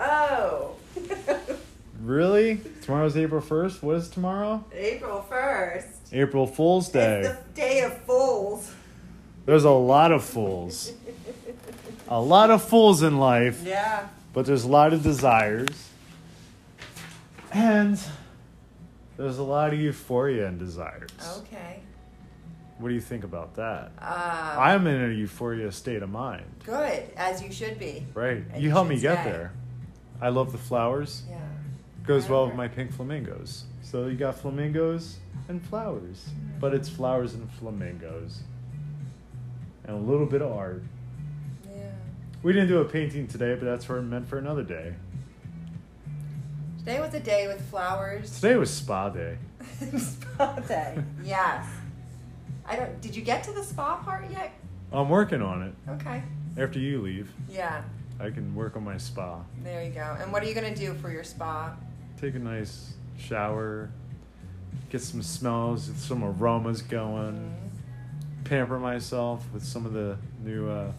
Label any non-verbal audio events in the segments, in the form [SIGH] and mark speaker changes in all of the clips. Speaker 1: Oh,
Speaker 2: Tomorrow's April 1st. What is tomorrow?
Speaker 1: April 1st.
Speaker 2: April Fool's Day.
Speaker 1: It's the day of fools.
Speaker 2: There's a lot of fools. a lot of fools in life,
Speaker 1: Yeah.
Speaker 2: but there's a lot of desires. And there's a lot of euphoria and desires.
Speaker 1: Okay.
Speaker 2: What do you think about that?
Speaker 1: Uh,
Speaker 2: I'm in a euphoria state of mind.
Speaker 1: good, as you should be.
Speaker 2: Right.
Speaker 1: And
Speaker 2: You
Speaker 1: you
Speaker 2: helped
Speaker 1: should
Speaker 2: me get
Speaker 1: stay.
Speaker 2: there. I love the flowers.
Speaker 1: Yeah.
Speaker 2: Goes well with
Speaker 1: Whatever.
Speaker 2: my pink flamingos. So you got flamingos and flowers. But it's flowers and flamingos. And a little bit of art.
Speaker 1: Yeah.
Speaker 2: We didn't do a painting today, but that's what it meant for another day.
Speaker 1: Today was a day with
Speaker 2: [LAUGHS]
Speaker 1: flowers. [LAUGHS]
Speaker 2: Today was spa day.
Speaker 1: spa day. Yes. I don't. Did you get to the spa part yet?
Speaker 2: I'm working on it.
Speaker 1: Okay.
Speaker 2: After you leave,
Speaker 1: Yeah.
Speaker 2: I can work on my spa.
Speaker 1: There you go. And what are you gonna do for your spa?
Speaker 2: Take a nice shower, get some smells, some aromas going, pamper myself with some of the new uh,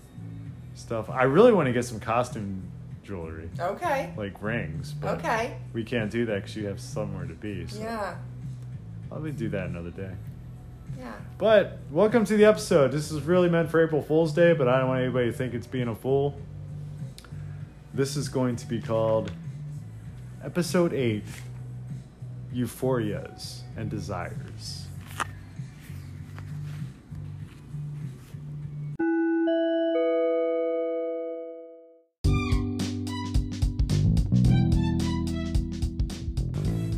Speaker 2: stuff. I really want to get some costume jewelry,
Speaker 1: Okay.
Speaker 2: like rings, but
Speaker 1: Okay.
Speaker 2: we can't do that because you have somewhere to be. So
Speaker 1: Yeah.
Speaker 2: I'll do that another day.
Speaker 1: Yeah.
Speaker 2: But welcome to the episode. This is really meant for April Fool's Day, but I don't want anybody to think it's being a fool. This is going to be called Episode 8 Euphorias and Desires.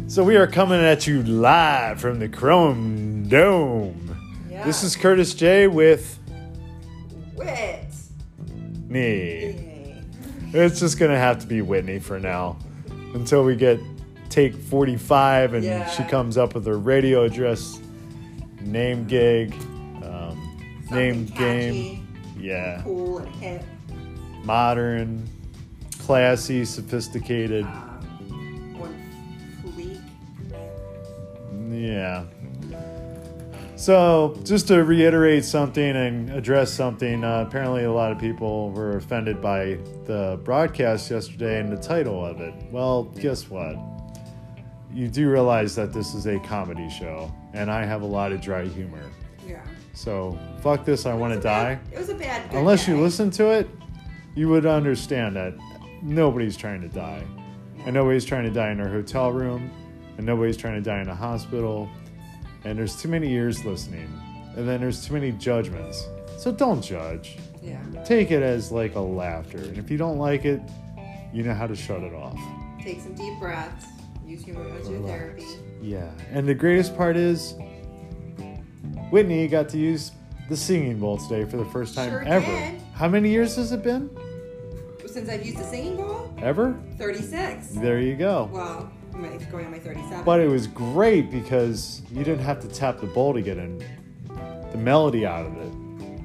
Speaker 2: So we are coming at you live from the Chrome Dome.
Speaker 1: Yeah.
Speaker 2: This is Curtis J with
Speaker 1: wit.
Speaker 2: me.
Speaker 1: Yay.
Speaker 2: It's just gonna have to be Whitney for now, until we get take forty five and
Speaker 1: Yeah.
Speaker 2: she comes up with her radio address, name gig, um,
Speaker 1: Something
Speaker 2: name
Speaker 1: catchy,
Speaker 2: game, yeah,
Speaker 1: Cool and hip.
Speaker 2: modern, classy, sophisticated,
Speaker 1: Um, on fleek.
Speaker 2: yeah. So, just to reiterate something and address something, uh, apparently a lot of people were offended by the broadcast yesterday and the title of it. Well, guess what? You do realize that this is a comedy show, and I have a lot of dry humor.
Speaker 1: Yeah.
Speaker 2: So, fuck this, I want to die.
Speaker 1: It was a bad. good
Speaker 2: Unless you
Speaker 1: day.
Speaker 2: listen to it, you would understand that nobody's trying to die. And nobody's trying to die in their hotel room, and nobody's trying to die in a hospital. And there's too many ears listening, and then there's too many judgments. So don't judge.
Speaker 1: Yeah.
Speaker 2: Take it as like a laughter. And if you don't like it, you know how to shut it off.
Speaker 1: Take some deep breaths. Use humor as your therapy.
Speaker 2: Yeah. And the greatest part is Whitney got to use the singing bowl today for the first time
Speaker 1: Sure
Speaker 2: ever.
Speaker 1: did.
Speaker 2: How many years has it been?
Speaker 1: Since I've used the singing bowl,
Speaker 2: Ever?
Speaker 1: 36.
Speaker 2: There you go.
Speaker 1: Well, my, it's going on my 37.
Speaker 2: But it was great because you didn't have to tap the bowl to get in the melody out of it.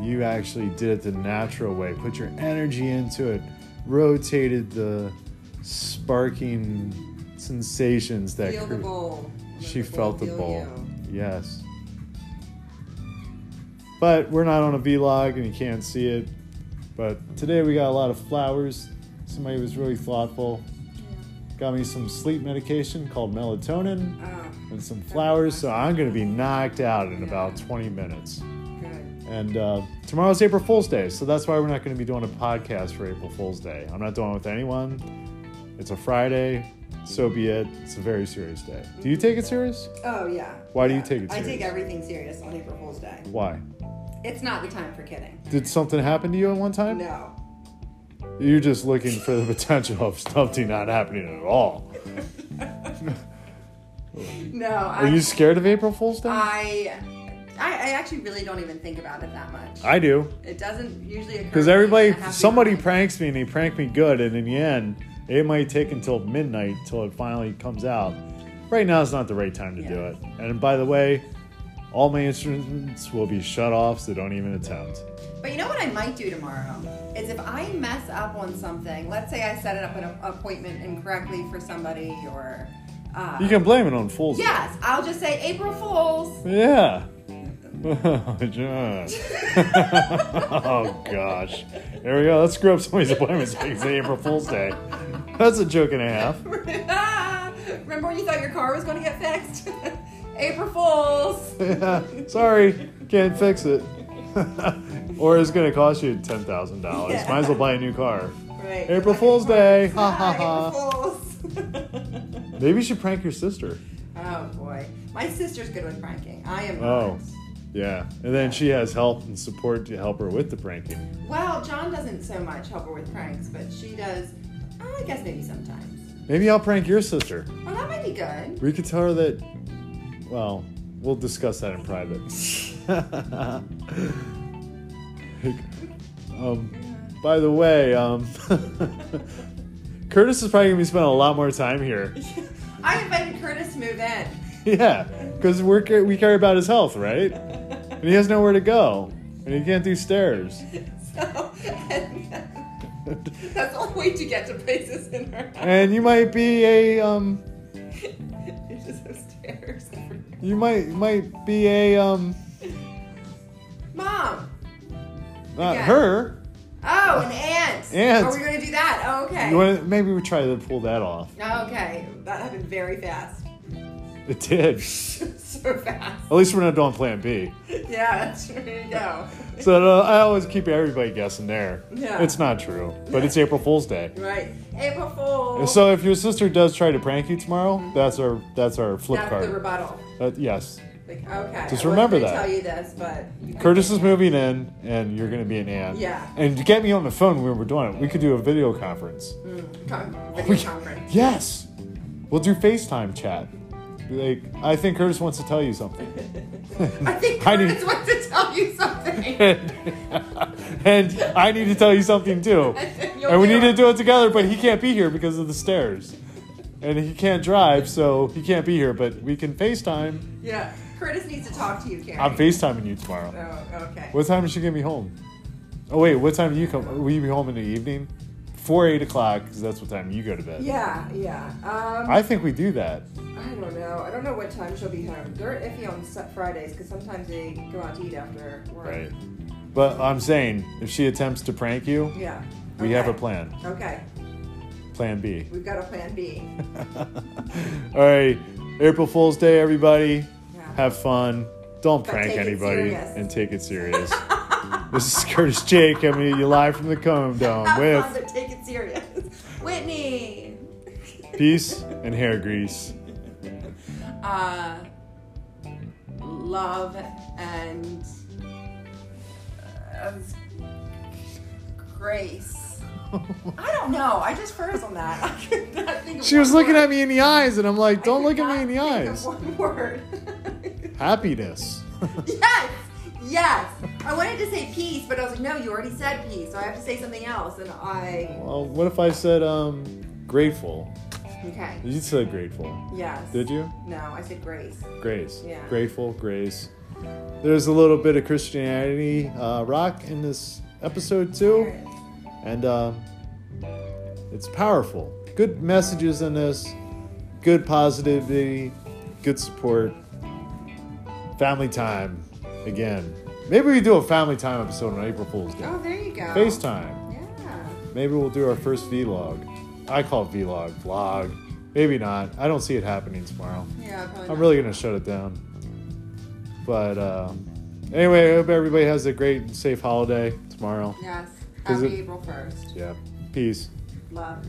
Speaker 2: You actually did it the natural way. Put your energy into it. Rotated the sparking sensations that
Speaker 1: feel the
Speaker 2: cru-
Speaker 1: bowl. Let
Speaker 2: she
Speaker 1: the bowl
Speaker 2: felt the
Speaker 1: feel
Speaker 2: bowl.
Speaker 1: you.
Speaker 2: Yes. But we're not on a vlog and you can't see it. But today we got a lot of flowers. Somebody was really thoughtful. Got me some sleep medication called melatonin
Speaker 1: Oh,
Speaker 2: and some flowers, so I'm gonna be knocked out in about 20 minutes.
Speaker 1: good.
Speaker 2: And uh, tomorrow's April Fool's Day, so that's why we're not gonna be doing a podcast for April Fool's Day. I'm not doing it with anyone. It's a Friday, so be it. It's a very serious day. Do you take it serious?
Speaker 1: Oh, yeah.
Speaker 2: Why do
Speaker 1: Yeah.
Speaker 2: you take it
Speaker 1: I take
Speaker 2: serious?
Speaker 1: everything serious on April Fool's Day.
Speaker 2: Why?
Speaker 1: It's not the time for kidding.
Speaker 2: [LAUGHS] Did something happen to you at one time? [LAUGHS]
Speaker 1: No. [LAUGHS]
Speaker 2: You're just looking for the [LAUGHS] potential of something not happening at all.
Speaker 1: No.
Speaker 2: Are
Speaker 1: I,
Speaker 2: you scared of April Fool's Day?
Speaker 1: I, I, I actually really don't even think about it that much.
Speaker 2: I do.
Speaker 1: It doesn't usually occur.
Speaker 2: Because
Speaker 1: to me
Speaker 2: everybody,
Speaker 1: in a happy
Speaker 2: somebody
Speaker 1: moment.
Speaker 2: pranks me and they prank me good, and in the end, it might take until midnight till it finally comes out. Right now is not the right time to do
Speaker 1: Yeah.
Speaker 2: it. And by the way, all my instruments will be shut off, so don't even attempt.
Speaker 1: But you know what I might do tomorrow is if I mess up on something. Let's say I set it up an a- appointment incorrectly for somebody, or uh,
Speaker 2: You can blame it on Fool's Day.
Speaker 1: yes, I'll just say April
Speaker 2: [LAUGHS]
Speaker 1: Fools. [LAUGHS]
Speaker 2: Yeah. Oh, John. oh gosh. There we go. Let's screw up somebody's appointments. It's April Fool's Day. That's a joke and a half.
Speaker 1: right. Remember when you thought your car was going to get fixed? [LAUGHS] April Fools.
Speaker 2: [LAUGHS] Sorry, can't fix it. [LAUGHS] or it's going to cost you ten thousand dollars.
Speaker 1: Yeah.
Speaker 2: Might as well buy a new car.
Speaker 1: Right.
Speaker 2: April Fool's Day. Ha ha
Speaker 1: Ha
Speaker 2: ha.
Speaker 1: April Fools. [LAUGHS]
Speaker 2: Maybe you should prank your sister.
Speaker 1: oh boy, my sister's good with pranking. I am.
Speaker 2: Oh.
Speaker 1: not.
Speaker 2: Yeah, and then she has help and support to help her with the pranking.
Speaker 1: Well, John doesn't so much help her with pranks, but she does. I guess maybe sometimes.
Speaker 2: Maybe I'll prank your sister.
Speaker 1: Well, that might be good. [LAUGHS]
Speaker 2: We could tell her that. Well, we'll discuss that in private. [LAUGHS] Like, um, by the way, um, [LAUGHS] Curtis is probably gonna be spending a lot more time here. [LAUGHS]
Speaker 1: I invited Curtis to move in. [LAUGHS]
Speaker 2: Yeah, because we're ca- we care about his health, right? And he has nowhere to go, and he can't do stairs. [LAUGHS]
Speaker 1: So, [LAUGHS] and that's the only way to get to places in her house.
Speaker 2: And you might be a um,
Speaker 1: [LAUGHS] It's just upstairs.
Speaker 2: you might might be a um,
Speaker 1: Mom.
Speaker 2: not
Speaker 1: Yeah.
Speaker 2: her.
Speaker 1: Oh, an ant.
Speaker 2: Ant.
Speaker 1: Are we gonna do that? Oh, okay.
Speaker 2: You want maybe we try to pull that off. [LAUGHS]
Speaker 1: Oh, okay, that happened very fast.
Speaker 2: It
Speaker 1: [LAUGHS]
Speaker 2: did.
Speaker 1: so fast.
Speaker 2: At least we're not doing Plan B.
Speaker 1: Yeah, that's there you go.
Speaker 2: So uh, I always keep everybody guessing there.
Speaker 1: Yeah.
Speaker 2: It's not true, but it's April Fool's Day.
Speaker 1: Right, April Fool.
Speaker 2: So if your sister does try to prank you tomorrow, that's our that's our flip
Speaker 1: that's
Speaker 2: card.
Speaker 1: the rebuttal.
Speaker 2: That- yes.
Speaker 1: Like, okay.
Speaker 2: Just
Speaker 1: I wasn't
Speaker 2: remember
Speaker 1: gonna
Speaker 2: that.
Speaker 1: Tell you this, but you-
Speaker 2: Curtis is moving in, and you're gonna be an aunt.
Speaker 1: Yeah.
Speaker 2: And to get me on the phone when we're doing it, we could do a video conference.
Speaker 1: Con-
Speaker 2: [LAUGHS] We-
Speaker 1: video conference. [LAUGHS]
Speaker 2: Yes. We'll do FaceTime chat. Be like, I think Curtis wants to tell you something.
Speaker 1: I think
Speaker 2: [LAUGHS] I need-
Speaker 1: Curtis wants to tell you
Speaker 2: [LAUGHS]
Speaker 1: something.
Speaker 2: and, and I need to tell you something too.
Speaker 1: [LAUGHS] You'll
Speaker 2: and we
Speaker 1: do
Speaker 2: need to
Speaker 1: it.
Speaker 2: do it together, but he can't be here because of the stairs. And he can't drive, so he can't be here, but we can FaceTime.
Speaker 1: Yeah, Curtis needs to talk to you, Karen.
Speaker 2: I'm FaceTiming you tomorrow.
Speaker 1: Oh, okay.
Speaker 2: What time is she gonna be home? Oh wait, what time do you come? Will you be home in the evening? Before eight o'clock, because that's what time you go to bed.
Speaker 1: Yeah, yeah. Um,
Speaker 2: I think we do that.
Speaker 1: I don't know. I don't know what time she'll be home. They're iffy on Sa- Fridays because sometimes they go out to eat after work.
Speaker 2: Right. But I'm saying, if she attempts to prank you,
Speaker 1: Yeah.
Speaker 2: we
Speaker 1: Okay.
Speaker 2: have a plan.
Speaker 1: Okay,
Speaker 2: Plan B. [LAUGHS]
Speaker 1: we've got a plan B.
Speaker 2: All right, April Fool's Day, everybody. [LAUGHS]
Speaker 1: Yeah.
Speaker 2: Have fun. Don't
Speaker 1: But
Speaker 2: prank
Speaker 1: take it
Speaker 2: anybody
Speaker 1: serious.
Speaker 2: and take it serious. [LAUGHS] this is Curtis Jake coming at you live from the Cone
Speaker 1: [LAUGHS]
Speaker 2: Dome
Speaker 1: Have fun,
Speaker 2: with
Speaker 1: but take it serious. [LAUGHS] Whitney.
Speaker 2: peace and hair grease. [LAUGHS]
Speaker 1: Uh, love and uh, grace. I don't know. I just froze on that. [LAUGHS] I could not think of
Speaker 2: She
Speaker 1: one
Speaker 2: was looking
Speaker 1: word.
Speaker 2: at me in the eyes, and I'm like,
Speaker 1: I
Speaker 2: don't
Speaker 1: could
Speaker 2: look at
Speaker 1: not
Speaker 2: me in the
Speaker 1: think of
Speaker 2: eyes.
Speaker 1: One word. [LAUGHS]
Speaker 2: Happiness. [LAUGHS]
Speaker 1: yes, yes. I wanted to say peace, but I was like, no, you already said peace, so I have to say something else. And I
Speaker 2: well, what if I said um, grateful?
Speaker 1: okay.
Speaker 2: You said grateful.
Speaker 1: Yes.
Speaker 2: Did you?
Speaker 1: No, I said grace.
Speaker 2: Grace.
Speaker 1: Yeah.
Speaker 2: Grateful, grace. There's a little bit of Christianity uh, rock in this episode, too.
Speaker 1: There it is.
Speaker 2: and uh, it's powerful. Good messages in this, good positivity, good support, family time again. Maybe we do a family time episode on April Fool's Day.
Speaker 1: Oh, there you go.
Speaker 2: FaceTime.
Speaker 1: Yeah.
Speaker 2: Maybe we'll do our first vlog. I call it vlog, vlog. Maybe not. I don't see it happening tomorrow.
Speaker 1: Yeah. Probably
Speaker 2: I'm
Speaker 1: not.
Speaker 2: really gonna shut it down. But uh, anyway, I hope everybody has a great and safe holiday tomorrow.
Speaker 1: Yes.
Speaker 2: Is
Speaker 1: Happy
Speaker 2: it-
Speaker 1: April first.
Speaker 2: Yeah. Peace.
Speaker 1: Love.